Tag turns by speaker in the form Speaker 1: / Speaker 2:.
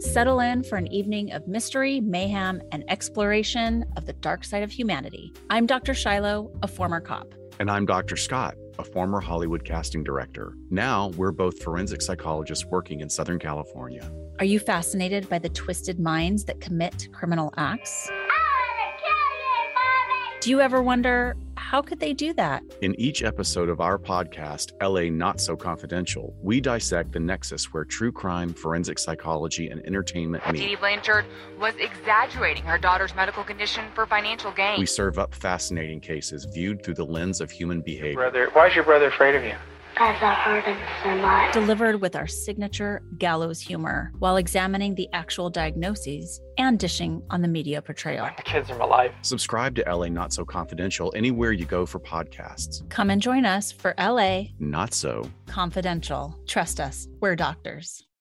Speaker 1: settle in for an evening of mystery, mayhem, and exploration of the dark side of humanity. I'm Dr. Shiloh, a former cop.
Speaker 2: And I'm Dr. Scott, a former Hollywood casting director. Now we're both forensic psychologists working in Southern California.
Speaker 1: Are you fascinated by the twisted minds that commit criminal acts? Do you ever wonder how could they do that?
Speaker 2: In each episode of our podcast, LA Not So Confidential, we dissect the nexus where true crime, forensic psychology, and entertainment meet.
Speaker 3: Dee Blanchard was exaggerating her daughter's medical condition for financial gain.
Speaker 2: We serve up fascinating cases viewed through the lens of human behavior.
Speaker 4: Brother, why is your brother afraid of you?
Speaker 5: Because I hurt him so much.
Speaker 1: Delivered with our signature gallows humor while examining the actual diagnoses and dishing on the media portrayal.
Speaker 4: The kids are my life.
Speaker 2: Subscribe to LA Not So Confidential anywhere you go for podcasts.
Speaker 1: Come and join us for LA
Speaker 2: Not So
Speaker 1: Confidential. Trust us, we're doctors.